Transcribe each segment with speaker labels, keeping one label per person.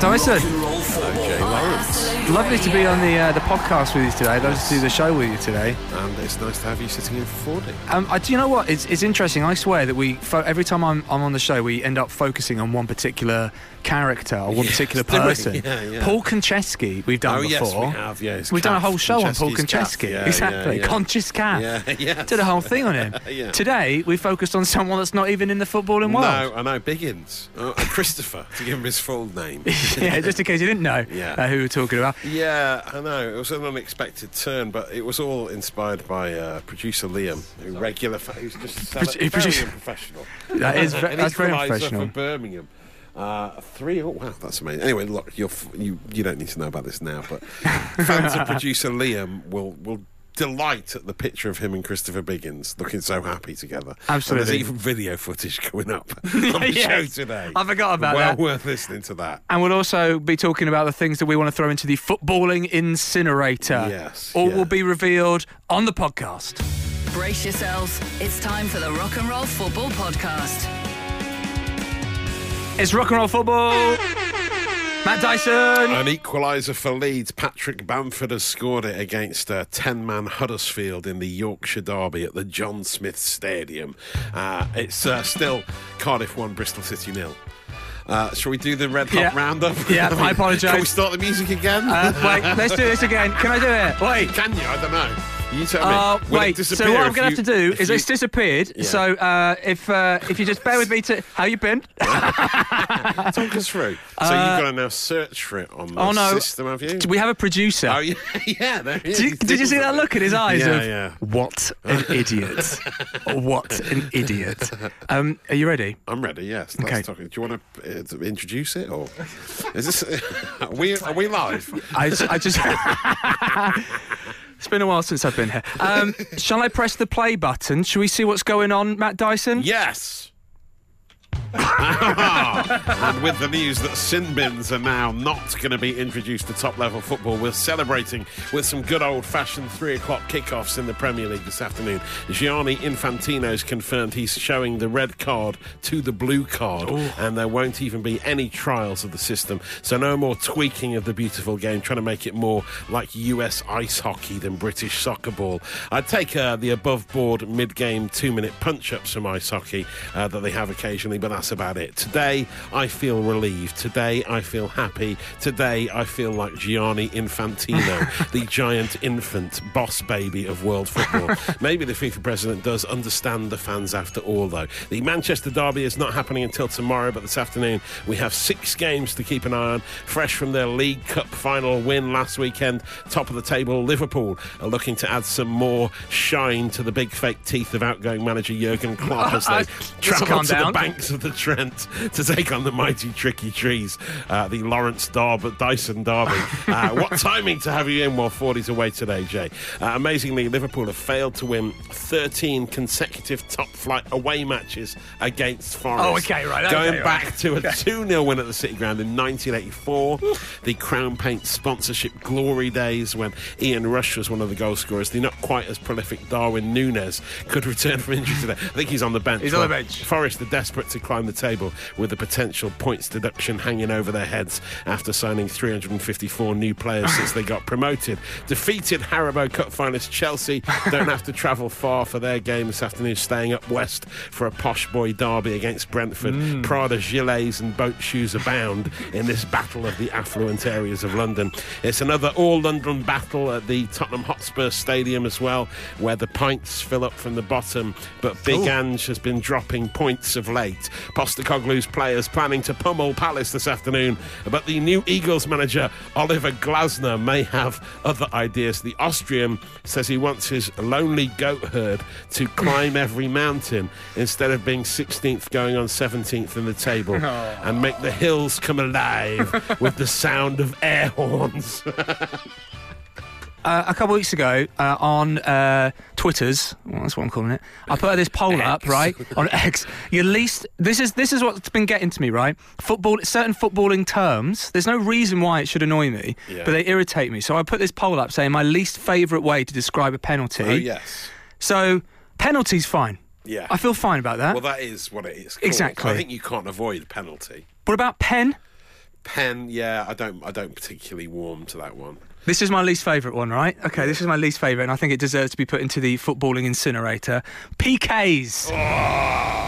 Speaker 1: Dyson,
Speaker 2: Okay, Lawrence.
Speaker 1: lovely to be on the uh, the podcast with you today. Lovely to do the show with you today.
Speaker 2: And it's nice to have you sitting in for 40.
Speaker 1: Um, I, do you know what? It's, it's interesting. I swear that we fo- every time I'm, I'm on the show, we end up focusing on one particular character or one
Speaker 2: Yes,
Speaker 1: particular
Speaker 2: do we?
Speaker 1: person.
Speaker 2: Yeah, yeah.
Speaker 1: Paul Konchesky, we've done
Speaker 2: oh,
Speaker 1: before.
Speaker 2: yes, we have, yes.
Speaker 1: We've done a
Speaker 2: Kath,
Speaker 1: whole show on Paul
Speaker 2: Konchesky's Kath,
Speaker 1: Konchesky.
Speaker 2: yeah,
Speaker 1: exactly.
Speaker 2: Yeah, yeah.
Speaker 1: Conscious cat.
Speaker 2: Yeah, yes.
Speaker 1: Did a whole thing on him.
Speaker 2: Yeah.
Speaker 1: Today, we focused on someone that's not even in the footballing
Speaker 2: no,
Speaker 1: world.
Speaker 2: I know, Biggins. Oh, and Christopher, to give him his full name.
Speaker 1: yeah, just in case you didn't know
Speaker 2: Yeah.
Speaker 1: uh, who we were talking about.
Speaker 2: Yeah, I know. It was an unexpected turn, but it was all inspired by uh, producer Liam, who regular, fa- who's just
Speaker 1: Pro- he
Speaker 2: very
Speaker 1: produce-
Speaker 2: professional.
Speaker 1: That is ve-
Speaker 2: An
Speaker 1: that's very
Speaker 2: equaliser
Speaker 1: professional.
Speaker 2: for Birmingham. Uh, three. Oh wow, that's amazing. Anyway, look, you're, f- you you don't need to know about this now, but fans of producer Liam will will delight at the picture of him and Christopher Biggins looking so happy together. And
Speaker 1: Absolutely.
Speaker 2: there's even video footage going up on the
Speaker 1: Yes.
Speaker 2: show today.
Speaker 1: I forgot about
Speaker 2: well
Speaker 1: that.
Speaker 2: Well worth listening to that.
Speaker 1: And we'll also be talking about the things that we want to throw into the footballing incinerator.
Speaker 2: Yes,
Speaker 1: All
Speaker 2: yeah.
Speaker 1: will be revealed on the podcast.
Speaker 3: Brace yourselves. It's time for the Rock and Roll Football Podcast.
Speaker 1: It's rock and roll football. Matt Dyson.
Speaker 2: An equaliser for Leeds. Patrick Bamford has scored it against uh, 10 man Huddersfield in the Yorkshire Derby at the John Smith Stadium. Uh, it's uh, still Cardiff 1, Bristol City nil. Uh, shall we do the red hot
Speaker 1: Yeah.
Speaker 2: roundup?
Speaker 1: Yeah, I apologise.
Speaker 2: Can we start the music again?
Speaker 1: Uh, wait, let's do this again. Can I do it? Wait.
Speaker 2: Can you? I don't know. You tell me.
Speaker 1: Uh,
Speaker 2: Will it
Speaker 1: wait. So
Speaker 2: disappear
Speaker 1: what I'm
Speaker 2: if
Speaker 1: gonna have
Speaker 2: you-
Speaker 1: to do
Speaker 2: if
Speaker 1: is
Speaker 2: you-
Speaker 1: it's disappeared.
Speaker 2: Yeah.
Speaker 1: So uh, if uh, if you just bear with me to how you been?
Speaker 2: talk us through. so you've got to now search for it on the
Speaker 1: Uh, oh, no.
Speaker 2: system, have you?
Speaker 1: we have a producer?
Speaker 2: Oh yeah, yeah. There he is.
Speaker 1: Did you,
Speaker 2: He's
Speaker 1: did you see
Speaker 2: doing
Speaker 1: that
Speaker 2: it.
Speaker 1: look in his eyes?
Speaker 2: Yeah,
Speaker 1: of,
Speaker 2: yeah.
Speaker 1: What an idiot! what an idiot! Um, are you ready?
Speaker 2: I'm ready. Yes. Let's
Speaker 1: Okay.
Speaker 2: talk. Do you want to uh, to introduce it or is this? are we are we live?
Speaker 1: I, just- I just. it's been a while since I've been here. Um, shall I press the play button? Shall we see what's going on, Matt Dyson?
Speaker 2: Yes. and with the news that sin bins are now not going to be introduced to top level football, we're celebrating with some good old fashioned three o'clock kickoffs in the Premier League this afternoon. Gianni Infantino's confirmed he's showing the red card to the blue card, and there won't even be any trials of the system. So, no more tweaking of the beautiful game, trying to make it more like US ice hockey than British soccer ball. I'd take uh, the above board mid game two minute punch ups from ice hockey uh, that they have occasionally, but that's about it. Today, I feel relieved. Today, I feel happy. Today, I feel like Gianni Infantino, the giant infant boss baby of world football. Maybe the FIFA president does understand the fans after all, though. The Manchester Derby is not happening until tomorrow, but this afternoon, we have six games to keep an eye on. Fresh from their League Cup final win last weekend, top of the table, Liverpool are looking to add some more shine to the big fake teeth of outgoing manager Jurgen Klopp as
Speaker 1: I-
Speaker 2: they
Speaker 1: just
Speaker 2: travel
Speaker 1: calm
Speaker 2: to the
Speaker 1: down.
Speaker 2: banks of the Trent to take on the mighty tricky trees, uh, the Lawrence Derby, Dyson Derby. Uh, what timing to have you in while 40's away today, Jay? Uh, amazingly, Liverpool have failed to win 13 consecutive top flight away matches against Forest.
Speaker 1: Oh, okay, right, okay,
Speaker 2: Going
Speaker 1: right.
Speaker 2: back to a 2 0 win at the City Ground in 1984, the Crown Paint sponsorship glory days when Ian Rush was one of the goal scorers. The not quite as prolific Darwin Nunes could return from injury today. I think he's on the bench.
Speaker 1: He's on the
Speaker 2: Well,
Speaker 1: bench.
Speaker 2: Forest are desperate to climb the table with the potential points deduction hanging over their heads after signing 354 new players since they got promoted. Defeated Haribo Cup finalists Chelsea don't have to travel far for their game this afternoon, staying up west for a posh boy derby against Brentford. Prada gilets and boat shoes abound in this battle of the affluent areas of London. It's another all London battle at the Tottenham Hotspur Stadium as well, where the pints fill up from the bottom, but Big Ange has been dropping points of late. Postacoglu's players planning to pummel Palace this afternoon, but the new Eagles manager Oliver Glasner may have other ideas. The Austrian says he wants his lonely goat herd to climb every mountain instead of being 16th going on 17th in the table and make the hills come alive with the sound of air horns.
Speaker 1: Uh, a couple weeks ago uh, on uh, Twitter's, well, that's what I'm calling it. I put this poll up right on X. Your least this is this is what's been getting to me right. Football certain footballing terms. There's no reason why it should annoy me,
Speaker 2: Yeah.
Speaker 1: but they irritate me. So I put this poll up saying my least favourite way to describe a penalty.
Speaker 2: yes.
Speaker 1: So penalties fine.
Speaker 2: Oh, Yeah.
Speaker 1: I feel fine about that.
Speaker 2: Well, that is what it is. Called.
Speaker 1: Exactly.
Speaker 2: I think you can't avoid penalty.
Speaker 1: what about pen?
Speaker 2: Pen, yeah, I don't, I don't particularly warm to that one.
Speaker 1: This is my least favourite one, right? Okay, this is my least favourite, and I think it deserves to be put into the footballing incinerator. PKs.
Speaker 2: Oh,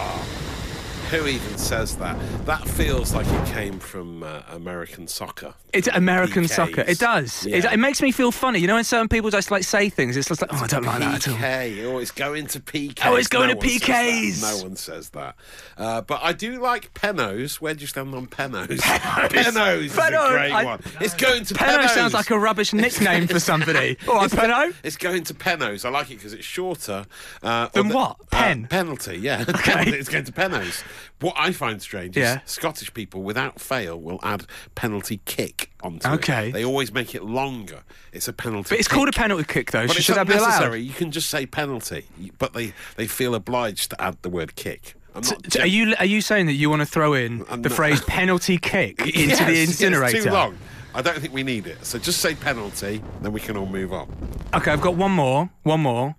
Speaker 2: Who even says that? That feels like it came from uh, American soccer.
Speaker 1: It's American
Speaker 2: PKs.
Speaker 1: soccer. It does. It,
Speaker 2: Yeah.
Speaker 1: it makes me feel funny. You know, when certain people just like say things, it's just like, oh, I don't like that at all.
Speaker 2: PK. Oh, it's going to PKs.
Speaker 1: Oh, it's going to
Speaker 2: one says that.
Speaker 1: PKs.
Speaker 2: No one says that. Uh, but I do like Penos. Where do you stand on Penos? Penos is a
Speaker 1: Penos,
Speaker 2: great
Speaker 1: I-
Speaker 2: one. It's going to
Speaker 1: Penno
Speaker 2: Penos.
Speaker 1: sounds like a rubbish nickname for somebody. All right, Penno.
Speaker 2: It's going to Penos. I like it because it's shorter. Uh,
Speaker 1: Than
Speaker 2: or
Speaker 1: what? Pen?
Speaker 2: Uh, penalty, yeah. it's going to Penos. What I find strange
Speaker 1: Yeah.
Speaker 2: is Scottish people, without fail, will add penalty kick onto it.
Speaker 1: Okay.
Speaker 2: They always make it longer. It's a penalty
Speaker 1: But it's
Speaker 2: kick.
Speaker 1: called a penalty kick, though.
Speaker 2: But
Speaker 1: Should
Speaker 2: it's
Speaker 1: that
Speaker 2: not
Speaker 1: be
Speaker 2: necessary.
Speaker 1: allowed?
Speaker 2: You can just say penalty, You- but they, they feel obliged to add the word kick. I'm not
Speaker 1: T- Are you are you saying that you want to throw in the
Speaker 2: not-
Speaker 1: phrase penalty kick into
Speaker 2: Yes,
Speaker 1: the
Speaker 2: yes,
Speaker 1: incinerator?
Speaker 2: too long. I don't think we need it. So just say penalty, then we can all move on.
Speaker 1: Okay, I've got one more. One more.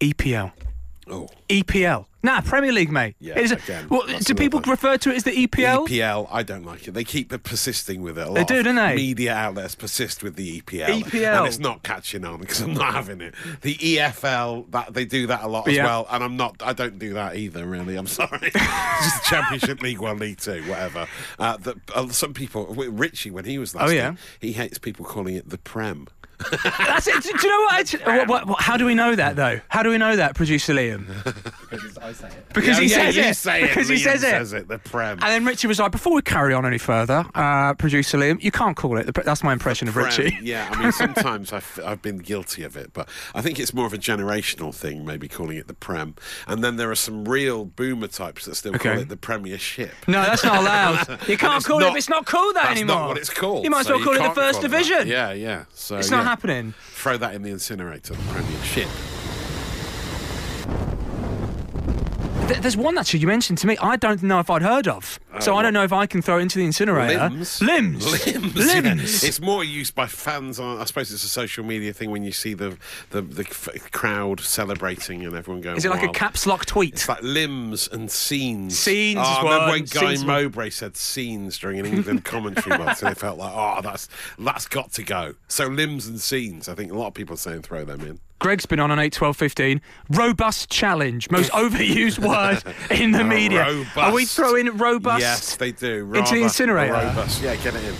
Speaker 1: E EPL.
Speaker 2: Oh,
Speaker 1: EPL. E Nah, Premier League, mate.
Speaker 2: Yeah,
Speaker 1: It is a-
Speaker 2: again,
Speaker 1: what-
Speaker 2: that's
Speaker 1: do people
Speaker 2: another- E
Speaker 1: refer to it as the E EPL?
Speaker 2: EPL. I don't like it. They keep persisting with it. A lot
Speaker 1: do,
Speaker 2: of
Speaker 1: don't they? E
Speaker 2: Media outlets persist with the EPL,
Speaker 1: EPL.
Speaker 2: and it's not catching on because I'm not having it. The EFL that they do that a lot as
Speaker 1: Yeah.
Speaker 2: well, and I'm not. I don't do that either. Really, I'm sorry. It's just Championship League One, League Two, whatever. Uh, the, uh, some people, Richie, when he was last,
Speaker 1: Oh, yeah.
Speaker 2: in, he hates people calling it the Prem.
Speaker 1: That's it. Do, do you know what, it's- what, what, what- How do we know that though? How do we know that, producer Liam? Because
Speaker 2: Yeah,
Speaker 1: I say it. Because he
Speaker 2: Oh, yeah,
Speaker 1: says
Speaker 2: you
Speaker 1: it.
Speaker 2: Say it.
Speaker 1: because he
Speaker 2: Liam
Speaker 1: says it.
Speaker 2: The Prem.
Speaker 1: And then Richie was like, before we carry on any further, uh, producer Liam, you can't call it. the pre- That's my impression of
Speaker 2: Prem,
Speaker 1: Richie.
Speaker 2: Yeah, I mean, sometimes I've, I've been guilty of it, but I think it's more of a generational thing, maybe calling it the Prem. And then there are some real boomer types that still call
Speaker 1: Okay.
Speaker 2: it the Premiership.
Speaker 1: No, that's not allowed. You can't
Speaker 2: it's
Speaker 1: call it.
Speaker 2: not-
Speaker 1: It's not called that
Speaker 2: That's
Speaker 1: anymore.
Speaker 2: not what it's called.
Speaker 1: You might as
Speaker 2: so
Speaker 1: well call it the
Speaker 2: can't
Speaker 1: First
Speaker 2: call that.
Speaker 1: Division.
Speaker 2: Yeah, yeah. So
Speaker 1: It's not
Speaker 2: yeah.
Speaker 1: happening.
Speaker 2: Throw that in the incinerator, the Premiership.
Speaker 1: Th- there's one actually you mentioned to me. I don't know if I'd heard of. so I don't know if I can throw it into the incinerator.
Speaker 2: Uh, Limbs.
Speaker 1: Limbs.
Speaker 2: Limbs. yeah.
Speaker 1: Limbs.
Speaker 2: It's more used by fans. On, I suppose it's a social media thing when you see the the, the f- crowd celebrating and everyone going.
Speaker 1: Is it like a
Speaker 2: wild.
Speaker 1: caps lock tweet?
Speaker 2: It's like limbs and scenes.
Speaker 1: Scenes
Speaker 2: Oh,
Speaker 1: is
Speaker 2: I remember
Speaker 1: one,
Speaker 2: when Guy
Speaker 1: scenes-
Speaker 2: Mowbray said scenes during an England commentary box, and it felt like, oh, that's that's got to go. So limbs and scenes. I think a lot of people are saying throw them in.
Speaker 1: Greg's been on an 8, 12, 15. Robust challenge. Most overused word in the
Speaker 2: Oh,
Speaker 1: media.
Speaker 2: robust.
Speaker 1: Are we throwing robust?
Speaker 2: Yes, they do.
Speaker 1: Into the
Speaker 2: Rather-
Speaker 1: incinerator.
Speaker 2: Robust. Yeah, get it in.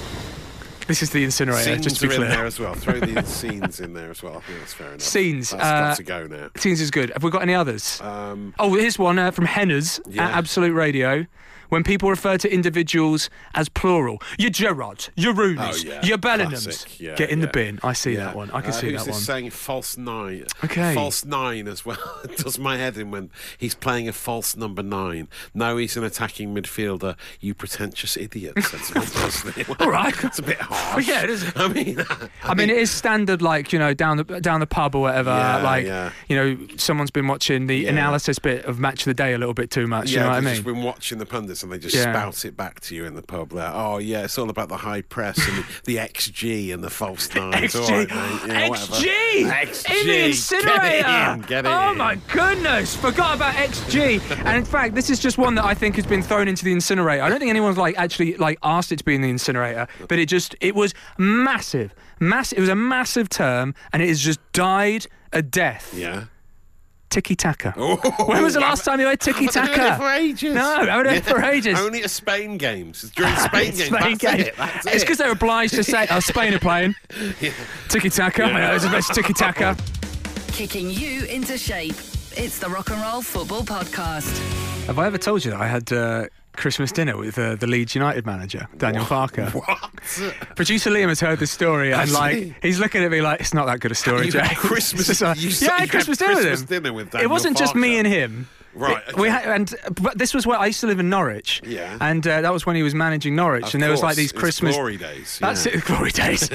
Speaker 1: This is the incinerator,
Speaker 2: Scenes
Speaker 1: just to
Speaker 2: are
Speaker 1: be
Speaker 2: in there
Speaker 1: clear.
Speaker 2: as well. Throw the scenes in there as well. I think that's fair enough.
Speaker 1: Scenes,
Speaker 2: That's
Speaker 1: uh,
Speaker 2: got to go now.
Speaker 1: Teens is good. Have we got any others? oh, here's one uh, from Henners
Speaker 2: Um, Yeah.
Speaker 1: at Absolute Radio. When people refer to individuals as plural, your Gerrard, your Rooney's,
Speaker 2: Oh, yeah.
Speaker 1: your Bellingham's,
Speaker 2: Classic. Yeah,
Speaker 1: get in the
Speaker 2: yeah.
Speaker 1: bin. I see
Speaker 2: Yeah.
Speaker 1: that one. I can
Speaker 2: Uh,
Speaker 1: see
Speaker 2: who's
Speaker 1: that
Speaker 2: this
Speaker 1: one.
Speaker 2: saying false nine.
Speaker 1: Okay.
Speaker 2: False nine as well. It Does my head in when he's playing a false number nine. No, he's an attacking midfielder. You pretentious idiot. That's what it does.
Speaker 1: All right.
Speaker 2: It's a bit harsh.
Speaker 1: Yeah, it is.
Speaker 2: I mean,
Speaker 1: I mean, it is standard, like you know, down the down the pub or whatever.
Speaker 2: Yeah,
Speaker 1: like
Speaker 2: yeah.
Speaker 1: you know, someone's been watching the analysis bit of match of the day a little bit too much.
Speaker 2: Yeah,
Speaker 1: you know what I
Speaker 2: they've
Speaker 1: mean?
Speaker 2: just been watching the pundits and they just
Speaker 1: Yeah.
Speaker 2: spout it back to you in the pub. There, oh yeah, it's all about the high press and the, the XG and the false nine.
Speaker 1: XG. XG! In the incinerator!
Speaker 2: Get it in. Get it
Speaker 1: oh
Speaker 2: in.
Speaker 1: my goodness! Forgot about XG. and in fact, this is just one that I think has been thrown into the incinerator. I don't think anyone's like actually like asked it to be in the incinerator, but it just it was massive, massive. It was a massive term, and it has just died a death.
Speaker 2: Yeah. Oh.
Speaker 1: Tiki taka. When was the last time you had tiki
Speaker 2: I've had it for
Speaker 1: taka?
Speaker 2: ages.
Speaker 1: No, I've had it for ages.
Speaker 2: Only at Spain games. It's During Spain games.
Speaker 1: Spain
Speaker 2: that's
Speaker 1: game.
Speaker 2: It, that's
Speaker 1: it's
Speaker 2: it.
Speaker 1: because they're obliged to say, "Oh, Spain are playing." Tiki taka. I know, it's the best tiki
Speaker 2: Oh,
Speaker 1: taka.
Speaker 3: Kicking you into shape. It's the Rock and Roll Football Podcast.
Speaker 1: Have I ever told you that I had uh, Christmas dinner with uh, the Leeds United manager, Daniel Farker?
Speaker 2: What?
Speaker 1: Producer Liam has heard this story and
Speaker 2: Has
Speaker 1: like
Speaker 2: he?
Speaker 1: he's looking at me like it's not that good a story,
Speaker 2: You had
Speaker 1: Jack.
Speaker 2: Christmas-
Speaker 1: It's like,
Speaker 2: you said
Speaker 1: yeah, I had
Speaker 2: you had
Speaker 1: Christmas dinner with
Speaker 2: Christmas
Speaker 1: him.
Speaker 2: dinner with
Speaker 1: it
Speaker 2: Daniel
Speaker 1: wasn't just me
Speaker 2: Farker.
Speaker 1: and him.
Speaker 2: Right,
Speaker 1: It- We
Speaker 2: okay.
Speaker 1: had, and but this was where I used to live in Norwich.
Speaker 2: Yeah.
Speaker 1: And uh, that was when he was managing Norwich,
Speaker 2: Of
Speaker 1: and there was like
Speaker 2: course,
Speaker 1: these
Speaker 2: it's
Speaker 1: Christmas
Speaker 2: glory days,
Speaker 1: That's
Speaker 2: yeah.
Speaker 1: it, glory days.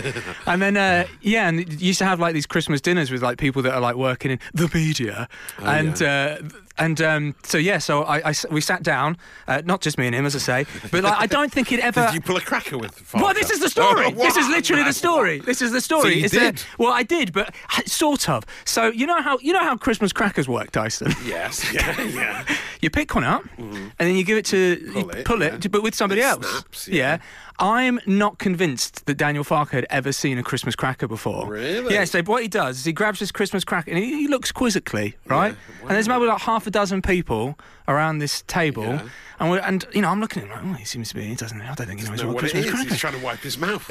Speaker 1: and then uh, yeah, and you used to have like these Christmas dinners with like people that are like working in the media,
Speaker 2: Oh,
Speaker 1: and uh, th- and um, so yeah, so I, I s- we sat down, uh, not just me and him, as I say, but like, I don't think he'd ever.
Speaker 2: Did you pull a cracker with Farker?
Speaker 1: Well, this is the story.
Speaker 2: Oh,
Speaker 1: this is
Speaker 2: wow.
Speaker 1: literally the story. This is the story.
Speaker 2: you
Speaker 1: It's a-
Speaker 2: did?
Speaker 1: well, I did, but h- sort of. So you know how you know how Christmas crackers work, Dyson.
Speaker 2: Yes. Yeah, yeah.
Speaker 1: You pick one up, and then you give it to
Speaker 2: Mm-hmm. Pull
Speaker 1: you
Speaker 2: it,
Speaker 1: pull
Speaker 2: yeah.
Speaker 1: it, to- but with somebody
Speaker 2: It
Speaker 1: else.
Speaker 2: snaps, yeah.
Speaker 1: yeah. I'm not convinced that Daniel Farke had ever seen a Christmas cracker before.
Speaker 2: Really?
Speaker 1: Yeah, so what he does is he grabs this Christmas cracker and he, he looks quizzically, right? And there's maybe like half a dozen people around this table. And, we're, and, you know, I'm looking at him like, oh, he seems to be, he doesn't, I don't think he knows
Speaker 2: know
Speaker 1: what a
Speaker 2: what it
Speaker 1: Christmas
Speaker 2: is.
Speaker 1: cracker
Speaker 2: He's trying to wipe his mouth.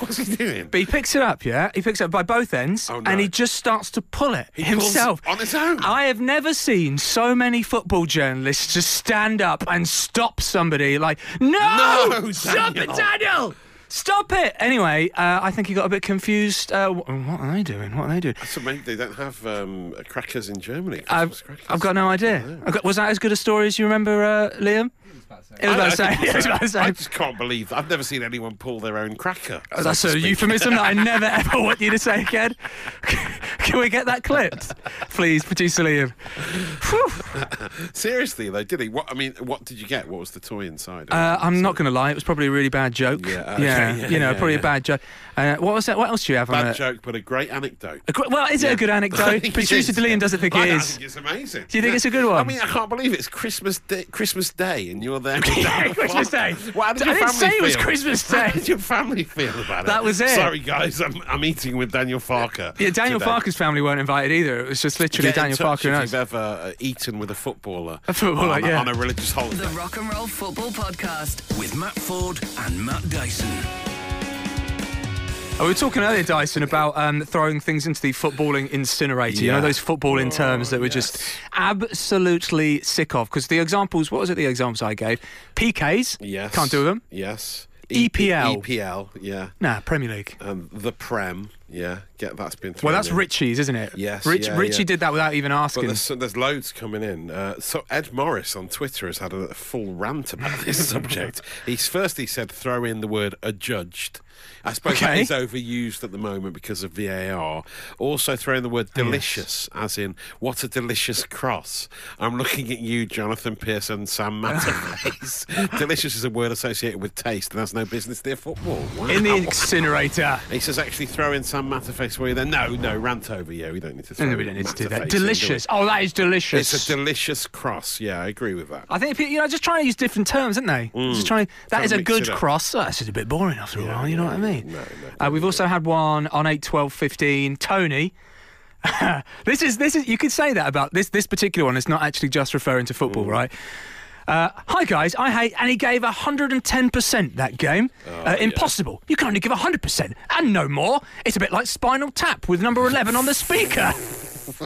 Speaker 2: What's he doing?
Speaker 1: but he picks it up, yeah? He picks it up by both ends
Speaker 2: Oh, no.
Speaker 1: and he just starts to pull it
Speaker 2: pulls
Speaker 1: himself.
Speaker 2: on his own.
Speaker 1: I have never seen so many football journalists just stand up and stop somebody like, no!
Speaker 2: No,
Speaker 1: stop
Speaker 2: Daniel."
Speaker 1: it, Daniel! Stop it! Anyway, uh, I think he got a bit confused. Uh, wh- what are they doing? What are they doing?
Speaker 2: So maybe they don't have um, crackers in Germany. Christmas
Speaker 1: I've,
Speaker 2: crackers.
Speaker 1: I've got no idea. I've got, was that as good a story as you remember, uh, Liam? It was
Speaker 2: I-
Speaker 1: about
Speaker 2: I
Speaker 1: the same.
Speaker 2: think
Speaker 1: It was
Speaker 2: so.
Speaker 1: about the
Speaker 2: I
Speaker 1: same.
Speaker 2: just can't believe that. I've never seen anyone pull their own cracker.
Speaker 1: That's a euphemism that I never ever want you to say again. Can we get that clipped? Please, producer Liam. Phew.
Speaker 2: Seriously though, did he? What I mean, what did you get? What was the toy inside?
Speaker 1: Uh, I'm not going to lie, it was probably a really bad joke.
Speaker 2: Yeah, okay, yeah,
Speaker 1: you know,
Speaker 2: yeah,
Speaker 1: probably
Speaker 2: yeah.
Speaker 1: a bad joke. Uh, what was that? What else do you have on
Speaker 2: Bad
Speaker 1: it?
Speaker 2: joke, but a great anecdote.
Speaker 1: uh, A gr- well, is it a good
Speaker 2: I
Speaker 1: anecdote?
Speaker 2: think it
Speaker 1: producer
Speaker 2: is.
Speaker 1: Liam doesn't think
Speaker 2: I
Speaker 1: it
Speaker 2: don't
Speaker 1: is.
Speaker 2: think it's amazing.
Speaker 1: Do you think it's a good one?
Speaker 2: I mean, I can't believe it's Christmas Day, Christmas Day, and you're there. with
Speaker 1: Yeah,
Speaker 2: Daniel
Speaker 1: Christmas
Speaker 2: Clark.
Speaker 1: Day.
Speaker 2: Well, how did
Speaker 1: I
Speaker 2: your
Speaker 1: didn't
Speaker 2: family
Speaker 1: say it was
Speaker 2: feel?
Speaker 1: Christmas
Speaker 2: How
Speaker 1: Day.
Speaker 2: did your family feel about it?
Speaker 1: That was it.
Speaker 2: Sorry, guys, I'm, I'm eating with Daniel Farker.
Speaker 1: Yeah, Daniel
Speaker 2: today.
Speaker 1: Farker's family weren't invited either. It was just literally
Speaker 2: Get
Speaker 1: Daniel
Speaker 2: in touch
Speaker 1: Farker and
Speaker 2: if
Speaker 1: us.
Speaker 2: you've ever uh, eaten with a footballer,
Speaker 1: A footballer,
Speaker 2: on, a-
Speaker 1: yeah.
Speaker 2: on a religious
Speaker 3: The
Speaker 2: holiday.
Speaker 3: Rock and Roll Football Podcast.
Speaker 4: with Matt Ford and Matt Dyson.
Speaker 1: Oh, we were talking earlier, Dyson, about um, throwing things into the footballing incinerator. You
Speaker 2: Yeah. Oh,
Speaker 1: know those footballing terms that we're just absolutely sick of. Because the examples, what was it? The examples I gave, PKs.
Speaker 2: Yes,
Speaker 1: can't do them. E
Speaker 2: Yes, E
Speaker 1: EPL.
Speaker 2: EPL, E yeah,
Speaker 1: Nah, Premier League.
Speaker 2: um, the Prem, yeah. Get that's been.
Speaker 1: Well,
Speaker 2: thrown
Speaker 1: that's
Speaker 2: in.
Speaker 1: Richie's, isn't it?
Speaker 2: Yes,
Speaker 1: Rich,
Speaker 2: yeah,
Speaker 1: Richie
Speaker 2: yeah.
Speaker 1: did that without even
Speaker 2: But
Speaker 1: asking.
Speaker 2: there's, there's loads coming in. Uh, so Ed Morris on Twitter has had a full rant about this subject. He's first he said throw in the word adjudged. I suppose that
Speaker 1: Okay.
Speaker 2: is overused at the moment because of VAR. Also throw in the
Speaker 1: Oh,
Speaker 2: word delicious, as in what a delicious cross. I'm looking at you, Jonathan Pearson, Sam Matterface. delicious is a word associated with taste and has no business near football. Wow.
Speaker 1: in the incinerator.
Speaker 2: He says, actually, throw in Sam Matterface where you're there. No, no, rant over you. We don't need to throw
Speaker 1: No, we
Speaker 2: in
Speaker 1: don't need to do
Speaker 2: Matterface in,
Speaker 1: that.
Speaker 2: do we?
Speaker 1: Delicious. Oh, that is delicious.
Speaker 2: It's a delicious cross. Yeah, I agree with that.
Speaker 1: I think people, you know, just trying to use different terms, aren't they? Just trying. That
Speaker 2: Mm. Trying
Speaker 1: is
Speaker 2: to
Speaker 1: a
Speaker 2: mix
Speaker 1: good
Speaker 2: it up.
Speaker 1: cross. Oh, that's just a bit boring after a while. You know what I
Speaker 2: yeah,
Speaker 1: mean?
Speaker 2: no, no,
Speaker 1: uh, we've also had one on eight, twelve, fifteen. Tony. this is this is you could say that about this this particular one. It's not actually just referring to football,
Speaker 2: Mm.
Speaker 1: right? Uh, hi guys, I hate, and he gave 110% that game.
Speaker 2: Oh,
Speaker 1: uh, impossible. You can only give 100% and no more. It's a bit like Spinal Tap with number 11 on the speaker.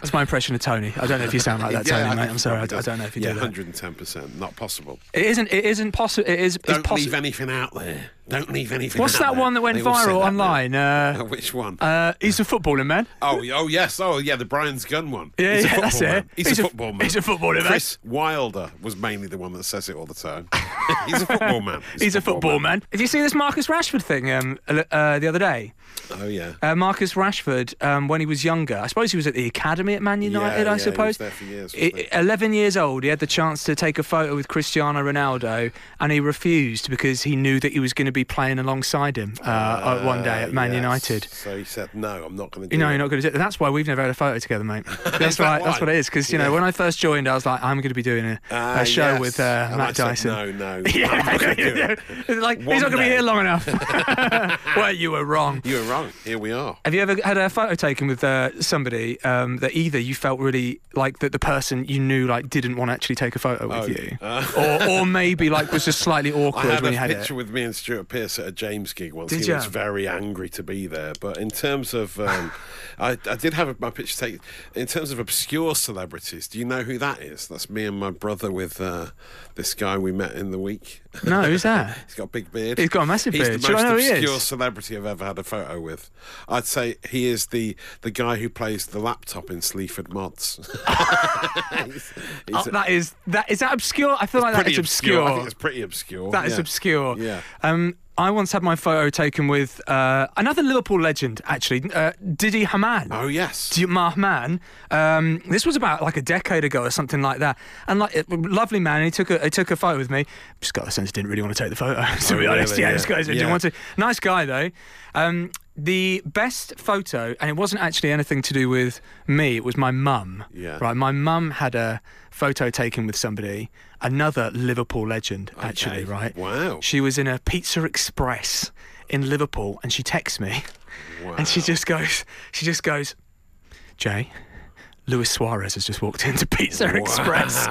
Speaker 1: That's my impression of Tony. I don't know if you sound like that, Tony, mate.
Speaker 2: think
Speaker 1: I'm sorry. I,
Speaker 2: it
Speaker 1: I
Speaker 2: does.
Speaker 1: don't know if you
Speaker 2: yeah,
Speaker 1: do that.
Speaker 2: 110%. Not possible.
Speaker 1: It isn't. It isn't possible. It is.
Speaker 2: Don't
Speaker 1: it's possi-
Speaker 2: leave anything out there. Don't leave anything
Speaker 1: What's
Speaker 2: out
Speaker 1: that
Speaker 2: there.
Speaker 1: one that went
Speaker 2: They all say
Speaker 1: viral
Speaker 2: that
Speaker 1: online?
Speaker 2: now.
Speaker 1: Uh,
Speaker 2: Which one?
Speaker 1: uh, he's a footballer, man.
Speaker 2: oh, y- oh, yes. Oh, yeah, the Brian's Gun one.
Speaker 1: Yeah,
Speaker 2: he's a
Speaker 1: yeah,
Speaker 2: football
Speaker 1: that's it.
Speaker 2: man. He's,
Speaker 1: He's
Speaker 2: a
Speaker 1: a-
Speaker 2: football man.
Speaker 1: he's a footballer, man.
Speaker 2: Chris Wilder was mainly the one that says it all the time. he's a football man.
Speaker 1: He's a football man. Did you see this Marcus Rashford thing um, uh, uh, the other day?
Speaker 2: Oh, yeah.
Speaker 1: Uh, Marcus Rashford, um, when he was younger, I suppose he was at the academy at Man United.
Speaker 2: yeah,
Speaker 1: I
Speaker 2: he was
Speaker 1: suppose.
Speaker 2: there for years,
Speaker 1: I-
Speaker 2: wasn't he?
Speaker 1: Eleven years old, he had the chance to take a photo with Cristiano Ronaldo, and he refused because he knew that he was going to be playing alongside him uh, uh, one day at Man
Speaker 2: Ah, yes.
Speaker 1: United.
Speaker 2: So he said, no, I'm not going to do
Speaker 1: You know,
Speaker 2: it.
Speaker 1: you're not going to do. That's why we've never had a photo together, mate.
Speaker 2: Is
Speaker 1: That's
Speaker 2: that
Speaker 1: right.
Speaker 2: why?
Speaker 1: That's what it is. Because you
Speaker 2: Yeah.
Speaker 1: know, when I first joined, I was like, I'm going to be doing a,
Speaker 2: Ah,
Speaker 1: a show
Speaker 2: yes.
Speaker 1: with uh,
Speaker 2: And I
Speaker 1: Matt
Speaker 2: said,
Speaker 1: Dyson.
Speaker 2: no, no. I'm not gonna do
Speaker 1: yeah,
Speaker 2: it.
Speaker 1: like
Speaker 2: One
Speaker 1: he's not going to be
Speaker 2: day.
Speaker 1: here long enough. well, you were wrong.
Speaker 2: You were wrong. Here we are.
Speaker 1: Have you ever had a photo taken with uh, somebody um, that either you felt really like that the person you knew like didn't want to actually take a photo with
Speaker 2: Oh,
Speaker 1: you, or, or maybe like was just slightly
Speaker 2: I
Speaker 1: awkward
Speaker 2: had
Speaker 1: when
Speaker 2: a
Speaker 1: you had
Speaker 2: picture
Speaker 1: it?
Speaker 2: with me and Stuart Pearce at a James gig once.
Speaker 1: Did
Speaker 2: he
Speaker 1: ya?
Speaker 2: was very angry to be there. But in terms of, um, I, I did have my picture taken. In terms of obscure celebrities, do you know who that is? That's me and my brother with uh, this guy we met in the week.
Speaker 1: No, who's that?
Speaker 2: He's got a big beard.
Speaker 1: He's got a massive
Speaker 2: He's
Speaker 1: beard.
Speaker 2: the
Speaker 1: Do you
Speaker 2: most
Speaker 1: know who he
Speaker 2: obscure
Speaker 1: is?
Speaker 2: celebrity I've ever had a photo with. I'd say he is the the guy who plays the laptop in Sleaford Mods. He's- he's
Speaker 1: Oh,
Speaker 2: a-
Speaker 1: that is that is that obscure? I feel like Oh, that is obscure.
Speaker 2: I think it's pretty obscure.
Speaker 1: That is
Speaker 2: Yeah.
Speaker 1: obscure.
Speaker 2: Yeah.
Speaker 1: Um, I once had my photo taken with uh, another Liverpool legend, actually, uh, Didi Haman.
Speaker 2: Oh yes.
Speaker 1: D- Mahman. Um, this was about like a decade ago or something like that. And like, it, lovely man. He took a he took a photo with me. Just got the sense he didn't really want to take the photo. to be honest,
Speaker 2: Oh, really?
Speaker 1: yeah,
Speaker 2: Yeah.
Speaker 1: Just got, the sense he
Speaker 2: Yeah.
Speaker 1: didn't want to. Nice guy though. Um, the best photo, and it wasn't actually anything to do with me. It was my mum.
Speaker 2: Yeah.
Speaker 1: Right. My mum had a photo taken with somebody, another Liverpool legend, actually.
Speaker 2: Okay.
Speaker 1: Right.
Speaker 2: Wow.
Speaker 1: She was in a Pizza Express in Liverpool, and she texts me,
Speaker 2: Wow.
Speaker 1: and she just goes, she just goes, Jay. Luis Suarez has just walked into Pizza Express.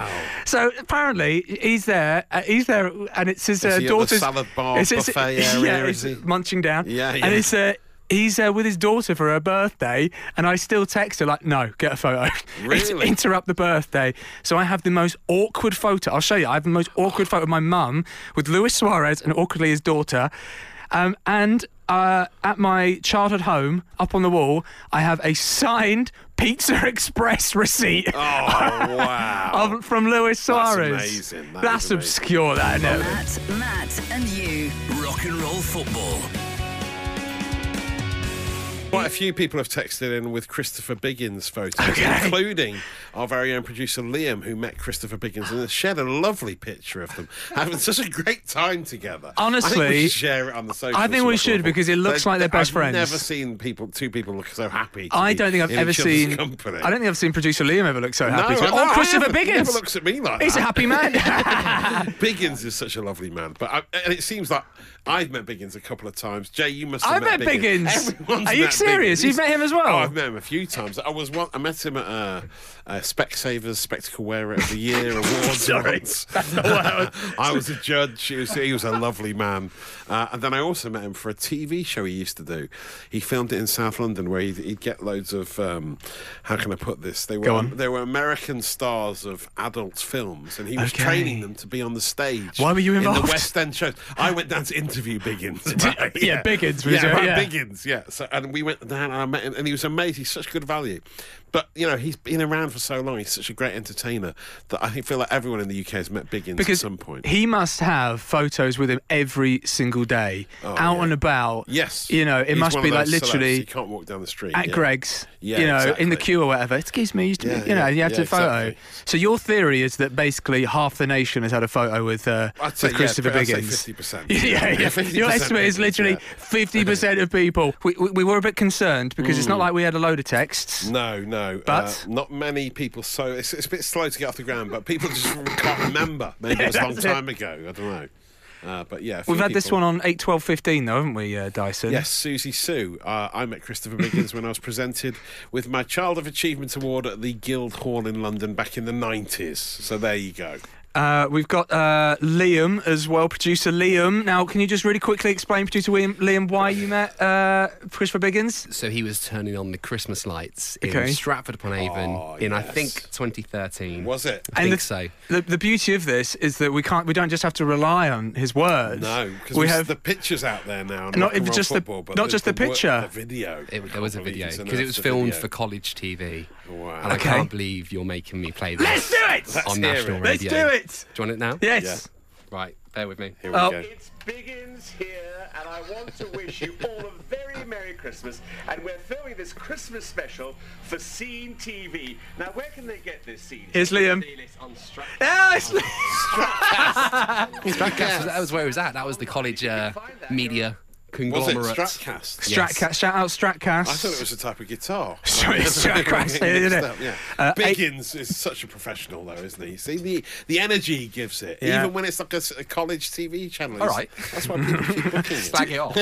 Speaker 1: So apparently he's there. Uh, he's there, and it's his uh,
Speaker 2: Is he at the
Speaker 1: daughter's
Speaker 2: salad bar buffet
Speaker 1: yeah,
Speaker 2: area,
Speaker 1: it's
Speaker 2: is he?
Speaker 1: munching down.
Speaker 2: Yeah, yeah.
Speaker 1: And it's uh, he's uh, with his daughter for her birthday, and I still text her like, "No, get a photo. It's
Speaker 2: Really?
Speaker 1: Interrupt the birthday." So I have the most awkward photo. I'll show you. I have the most awkward photo of my mum with Luis Suarez and awkwardly his daughter, um, and. Uh, at my childhood home, up on the wall, I have a signed Pizza Express receipt
Speaker 2: Oh wow!
Speaker 1: of, from Luis Suarez.
Speaker 2: Oh. amazing. That
Speaker 1: That's
Speaker 2: is amazing.
Speaker 1: obscure, that. isn't
Speaker 3: Matt,
Speaker 1: it?
Speaker 3: Matt, and you.
Speaker 4: Rock and roll football.
Speaker 2: Quite a few people have texted in with Christopher Biggins photos,
Speaker 1: Okay.
Speaker 2: including our very own producer Liam, who met Christopher Biggins and shared a lovely picture of them having such a great time together. I think we
Speaker 1: Honestly,
Speaker 2: should share it on the social.
Speaker 1: I think we should, because it looks like they're best
Speaker 2: I've
Speaker 1: friends.
Speaker 2: never seen people, two people look so happy. to
Speaker 1: I
Speaker 2: be
Speaker 1: don't think I've
Speaker 2: in
Speaker 1: ever
Speaker 2: each other's
Speaker 1: seen.
Speaker 2: Company.
Speaker 1: I don't think I've seen producer Liam ever look so happy.
Speaker 2: No,
Speaker 1: Or
Speaker 2: I- no, I
Speaker 1: Christopher
Speaker 2: haven't. He never
Speaker 1: Biggins.
Speaker 2: looks at me like
Speaker 1: He's
Speaker 2: that.
Speaker 1: a happy man.
Speaker 2: Biggins is such a lovely man, but I, and it seems like I've met Biggins a couple of times. Jay, you must. Have
Speaker 1: I met Biggins.
Speaker 2: Everyone's
Speaker 1: Are you
Speaker 2: met
Speaker 1: serious?
Speaker 2: Biggins.
Speaker 1: You've met him as well?
Speaker 2: Oh, I've met him a few times. I was one. I met him at uh, uh, Specsavers Spectacle Wearer of the Year Awards. once. I was a judge. He was, he was a lovely man, uh, and then I also met him for a TV show he used to do. He filmed it in South London, where he'd, he'd get loads of um, how can I put this? They were
Speaker 1: Go on.
Speaker 2: they were American stars of adult films, and he was
Speaker 1: Okay.
Speaker 2: training them to be on the stage.
Speaker 1: Why were you
Speaker 2: In
Speaker 1: involved?
Speaker 2: the West End shows. I went down to interview Biggins. right?
Speaker 1: Yeah, Biggins was
Speaker 2: yeah,
Speaker 1: it,
Speaker 2: right,
Speaker 1: yeah.
Speaker 2: Biggins. Yeah. So, and we went down and I met him, and he was amazing. He's such good value. But you know, he's been around for so long. He's such a great entertainer that I feel like everyone in the UK has met Biggins
Speaker 1: because
Speaker 2: at some point.
Speaker 1: he must have photos with him every single day, out
Speaker 2: Oh, yeah.
Speaker 1: and about.
Speaker 2: yes.
Speaker 1: You know, it
Speaker 2: He's
Speaker 1: must
Speaker 2: one
Speaker 1: be
Speaker 2: of
Speaker 1: like
Speaker 2: those celebs.
Speaker 1: literally
Speaker 2: You can't walk down the street
Speaker 1: at
Speaker 2: yeah.
Speaker 1: Greg's.
Speaker 2: Yeah,
Speaker 1: you know, in the
Speaker 2: exactly.
Speaker 1: queue or whatever. Excuse me, you, used to be-
Speaker 2: Yeah,
Speaker 1: you know,
Speaker 2: yeah,
Speaker 1: you had
Speaker 2: yeah,
Speaker 1: to photo.
Speaker 2: exactly.
Speaker 1: So your theory is that basically half the nation has had a photo with uh,
Speaker 2: I'd say,
Speaker 1: with
Speaker 2: yeah,
Speaker 1: Christopher
Speaker 2: I'd say
Speaker 1: Biggins.
Speaker 2: 50%.
Speaker 1: yeah, yeah.
Speaker 2: Yeah, 50%
Speaker 1: your estimate is
Speaker 2: Biggins,
Speaker 1: literally
Speaker 2: yeah.
Speaker 1: fifty percent of people. We, we we were a bit concerned because it's
Speaker 2: Hmm.
Speaker 1: not like we had a load of texts.
Speaker 2: No, no.
Speaker 1: But-
Speaker 2: uh, not many people. So it's, it's a bit slow to get off the ground, but people just can't remember. Maybe it was a long
Speaker 1: that's it.
Speaker 2: time ago. I don't know. Uh, but yeah, a few
Speaker 1: We've had this
Speaker 2: people-
Speaker 1: one on eight twelve fifteen though, haven't we, uh, Dyson?
Speaker 2: Yes, Susie Sue. Uh, I met Christopher Biggins when I was presented with my Child of Achievement Award at the Guildhall in London back in the 90s. So there you go.
Speaker 1: Uh, we've got uh, Liam as well, producer Liam. Now, can you just really quickly explain, producer William, Liam, why you met uh, Christopher Biggins?
Speaker 5: So he was turning on the Christmas lights in
Speaker 1: Okay.
Speaker 5: Stratford upon Avon
Speaker 2: Oh,
Speaker 5: in I
Speaker 2: yes.
Speaker 5: think 2013.
Speaker 2: Was it?
Speaker 5: I think
Speaker 1: the,
Speaker 5: so.
Speaker 1: The, the beauty of this is that we can't. We don't just have to rely on his words.
Speaker 2: No, because
Speaker 1: we
Speaker 2: we
Speaker 1: have.
Speaker 2: the pictures out there now.
Speaker 1: Not
Speaker 2: Not
Speaker 1: even
Speaker 2: just
Speaker 1: just the-
Speaker 2: football, but
Speaker 1: not
Speaker 2: the,
Speaker 1: just the
Speaker 2: work-
Speaker 1: picture.
Speaker 2: the video.
Speaker 5: It, there was a
Speaker 2: Can't believe
Speaker 5: video
Speaker 2: he's
Speaker 5: because it
Speaker 2: announced
Speaker 5: was
Speaker 2: a
Speaker 5: filmed
Speaker 2: video.
Speaker 5: for college TV.
Speaker 2: Wow.
Speaker 5: And I
Speaker 1: Okay.
Speaker 5: can't believe you're making me play this
Speaker 1: Let's do it.
Speaker 2: Let's
Speaker 5: on
Speaker 2: hear
Speaker 5: national
Speaker 2: it.
Speaker 1: Let's
Speaker 5: radio.
Speaker 1: do it.
Speaker 5: Do you want it now?
Speaker 1: Yes.
Speaker 5: Right, bear with me.
Speaker 2: Here we
Speaker 1: Oh.
Speaker 2: go.
Speaker 6: It's Biggins here, and I want to wish you all a very Merry Christmas. And we're filming this Christmas special for Scene TV. Now, where can they get this Scene?
Speaker 1: Here's Liam. Yes.
Speaker 5: That was- That was where it was at. That was the college uh, media
Speaker 2: Was it
Speaker 5: conglomerate.
Speaker 2: Stratcast?
Speaker 5: Yes.
Speaker 1: Stratcast. Shout out Stratcast.
Speaker 2: I thought it was a type of guitar.
Speaker 1: Sorry, it's Stratcast, isn't it?
Speaker 2: Yeah.
Speaker 1: Uh, eight-
Speaker 2: Biggins is such a professional, though, isn't he? See the the energy he gives it,
Speaker 1: Yeah.
Speaker 2: even when it's like a, s- a college TV channel.
Speaker 5: All
Speaker 2: it's-
Speaker 5: right.
Speaker 2: that's why people keep booking it.
Speaker 5: Slag it off.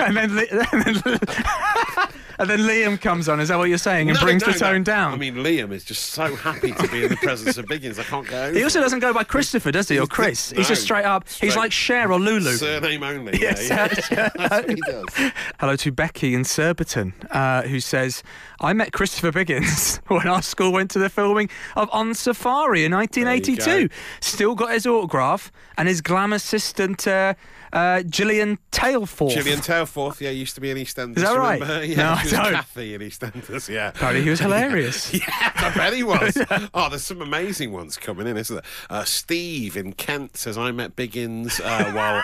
Speaker 1: and then, Li- and then, and then Liam comes on. Is that what you're saying? And
Speaker 2: No,
Speaker 1: brings
Speaker 2: no,
Speaker 1: the
Speaker 2: no.
Speaker 1: tone down.
Speaker 2: I mean, Liam is just so happy to be in the presence of Biggins. I can't go.
Speaker 1: he also doesn't go by Christopher, does he, or Chris? He's just
Speaker 2: No.
Speaker 1: straight up. He's
Speaker 2: Straight-
Speaker 1: like Cher or Lulu.
Speaker 2: surname only. Yeah,
Speaker 1: Yes,
Speaker 2: yeah. that's what he does.
Speaker 1: Hello to Becky in Surbiton, uh, who says, I met Christopher Biggins when our school went to the filming of On Safari in
Speaker 2: There you
Speaker 1: 1982.
Speaker 2: go.
Speaker 1: Still got his autograph and his glam assistant, uh, uh, Gillian Tailforth.
Speaker 2: Gillian Tailforth, yeah, used to be in EastEnders.
Speaker 1: Is that
Speaker 2: remember
Speaker 1: right?
Speaker 2: her? Yeah,
Speaker 1: No, I
Speaker 2: she was
Speaker 1: don't.
Speaker 2: Kathy in EastEnders, yeah.
Speaker 1: Apparently he was hilarious.
Speaker 2: I bet he was. Oh, there's some amazing ones coming in, isn't there? Uh, Steve in Kent says I met Biggins uh, while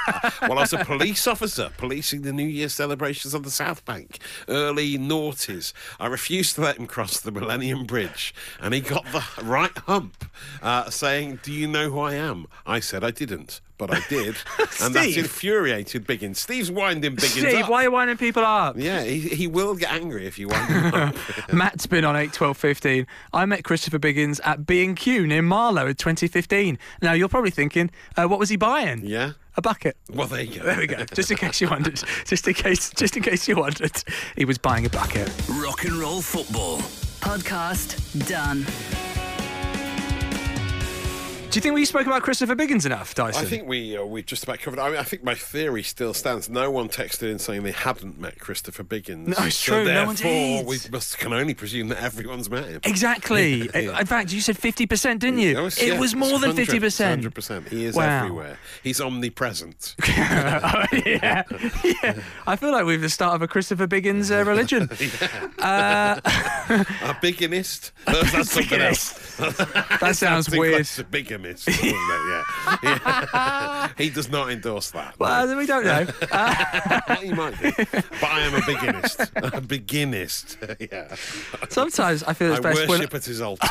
Speaker 2: while I was a police officer policing the New Year celebrations on the South Bank, early noughties. I refused to let him cross the Millennium Bridge, and he got the right hump, uh, saying, "Do you know who I am?" I said I didn't. but I did, and that
Speaker 1: Steve.
Speaker 2: infuriated Biggins. Steve's winding Biggins
Speaker 1: Steve,
Speaker 2: up.
Speaker 1: why are you winding people up?
Speaker 2: Yeah, he, he will get angry if you wind him up.
Speaker 1: Matt's been on 8, 12, 15. I met Christopher Biggins at B&Q near Marlow in 2015. Now, you're probably thinking, uh, what was he buying?
Speaker 2: Yeah.
Speaker 1: A bucket.
Speaker 2: Well, there you go.
Speaker 1: There we go. Just in case you wondered. Just in case. Just in case you wondered, he was buying a bucket.
Speaker 4: Rock and roll football.
Speaker 3: Podcast done.
Speaker 1: Do you think we spoke about Christopher Biggins enough, Dyson?
Speaker 2: I think we uh, we just about covered. I, mean, I think my theory still stands. No one texted in saying they hadn't met Christopher Biggins.
Speaker 1: No, it's
Speaker 2: So
Speaker 1: true, no one
Speaker 2: therefore,
Speaker 1: did.
Speaker 2: we must can only presume that everyone's met him.
Speaker 1: Exactly. In fact, you said 50%, didn't you?
Speaker 2: No, it's-
Speaker 1: it
Speaker 2: yeah,
Speaker 1: was
Speaker 2: it's
Speaker 1: more than
Speaker 2: 100,
Speaker 1: 50%.
Speaker 2: 100%. He is
Speaker 1: Wow.
Speaker 2: everywhere. He's omnipresent.
Speaker 1: Oh, yeah. yeah. I feel like we're the start of a Christopher Biggins uh, religion.
Speaker 2: A bigamist? That's, that's something else.
Speaker 1: That sounds
Speaker 2: Something
Speaker 1: weird.
Speaker 2: like A bigamist. doesn't it? yeah. Yeah. he does not endorse that.
Speaker 1: Well, uh, we don't know. Uh,
Speaker 2: no. he might do. But I am a bigamist. a beginnist. yeah.
Speaker 1: sometimes I feel
Speaker 2: I
Speaker 1: it's best
Speaker 2: worship
Speaker 1: when.
Speaker 2: at his altar.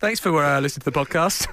Speaker 1: Thanks for uh, listening to the podcast.